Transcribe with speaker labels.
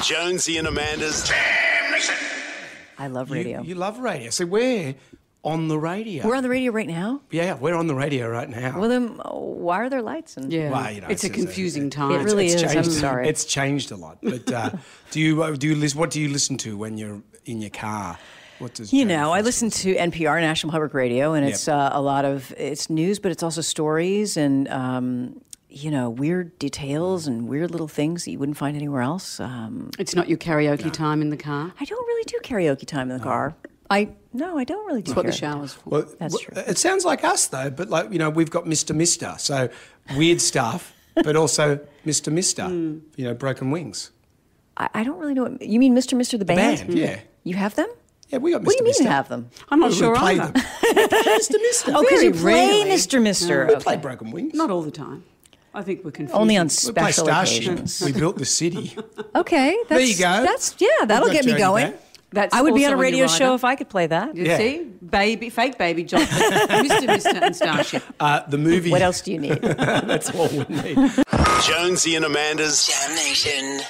Speaker 1: Jonesy and Amanda's
Speaker 2: I love radio.
Speaker 3: You, you love radio. So we're on the radio.
Speaker 2: We're on the radio right now.
Speaker 3: yeah, we're on the radio right now.
Speaker 2: Well, then uh, why are there lights? And
Speaker 4: Yeah.
Speaker 3: Well, you know, it's-
Speaker 4: it's, a
Speaker 3: it's-
Speaker 4: confusing
Speaker 3: it's-
Speaker 4: time.
Speaker 2: It really is. I'm
Speaker 3: changed-
Speaker 2: sorry.
Speaker 3: It's changed a lot. But uh, do you uh, do you listen? What do you listen to when you're in your car? What does
Speaker 2: You
Speaker 3: Jamie
Speaker 2: know, I
Speaker 3: Foxx
Speaker 2: listen to NPR, National Public Radio, and it's
Speaker 3: Yep.
Speaker 2: uh, a lot of it's news, but it's also stories and um, you know weird details and weird little things that you wouldn't find anywhere else. Um,
Speaker 4: It's not your karaoke time in the car.
Speaker 2: I don't really do karaoke time
Speaker 3: Oh.
Speaker 2: in the car. I no, I don't really do.
Speaker 4: It's what the
Speaker 2: karaoke.
Speaker 4: shower's for.
Speaker 3: Well,
Speaker 2: That's
Speaker 3: w-
Speaker 2: true.
Speaker 3: It sounds like us though, but like you know, we've got Mister Mister, so weird stuff, but also Mister Mister.
Speaker 2: Hmm.
Speaker 3: You know, broken wings.
Speaker 2: I, I don't really know. What, you mean Mr. Mr. The band?
Speaker 3: band, yeah.
Speaker 2: You have them?
Speaker 3: Yeah, we got Mister
Speaker 2: What do you mean
Speaker 3: Mister.
Speaker 2: you have them?
Speaker 4: I'm not
Speaker 3: we
Speaker 4: sure
Speaker 3: play
Speaker 4: either.
Speaker 3: them. Mister Mister.
Speaker 2: Oh, because you
Speaker 4: Very
Speaker 2: play
Speaker 4: rarely.
Speaker 2: Mr. Mr.
Speaker 3: we
Speaker 2: Okay.
Speaker 3: play broken wings.
Speaker 4: Not all the time. I think we're confused.
Speaker 2: Only on
Speaker 3: we play
Speaker 2: special
Speaker 3: Starship.
Speaker 2: occasions.
Speaker 3: we built the city.
Speaker 2: Okay, that's,
Speaker 3: you go.
Speaker 2: That's yeah, that'll
Speaker 3: got
Speaker 2: get me
Speaker 3: Jody
Speaker 2: going.
Speaker 3: back.
Speaker 4: That's
Speaker 2: I would be on
Speaker 4: also
Speaker 2: a
Speaker 4: your
Speaker 2: radio show
Speaker 4: rider.
Speaker 2: if I could play that.
Speaker 4: You
Speaker 3: Yeah.
Speaker 4: see, baby, fake baby John, Mr. Mister, and Starship.
Speaker 3: Uh, the movie.
Speaker 2: What else do you need?
Speaker 3: That's all we need.
Speaker 1: Jonesy and Amanda's
Speaker 5: Jam Nation.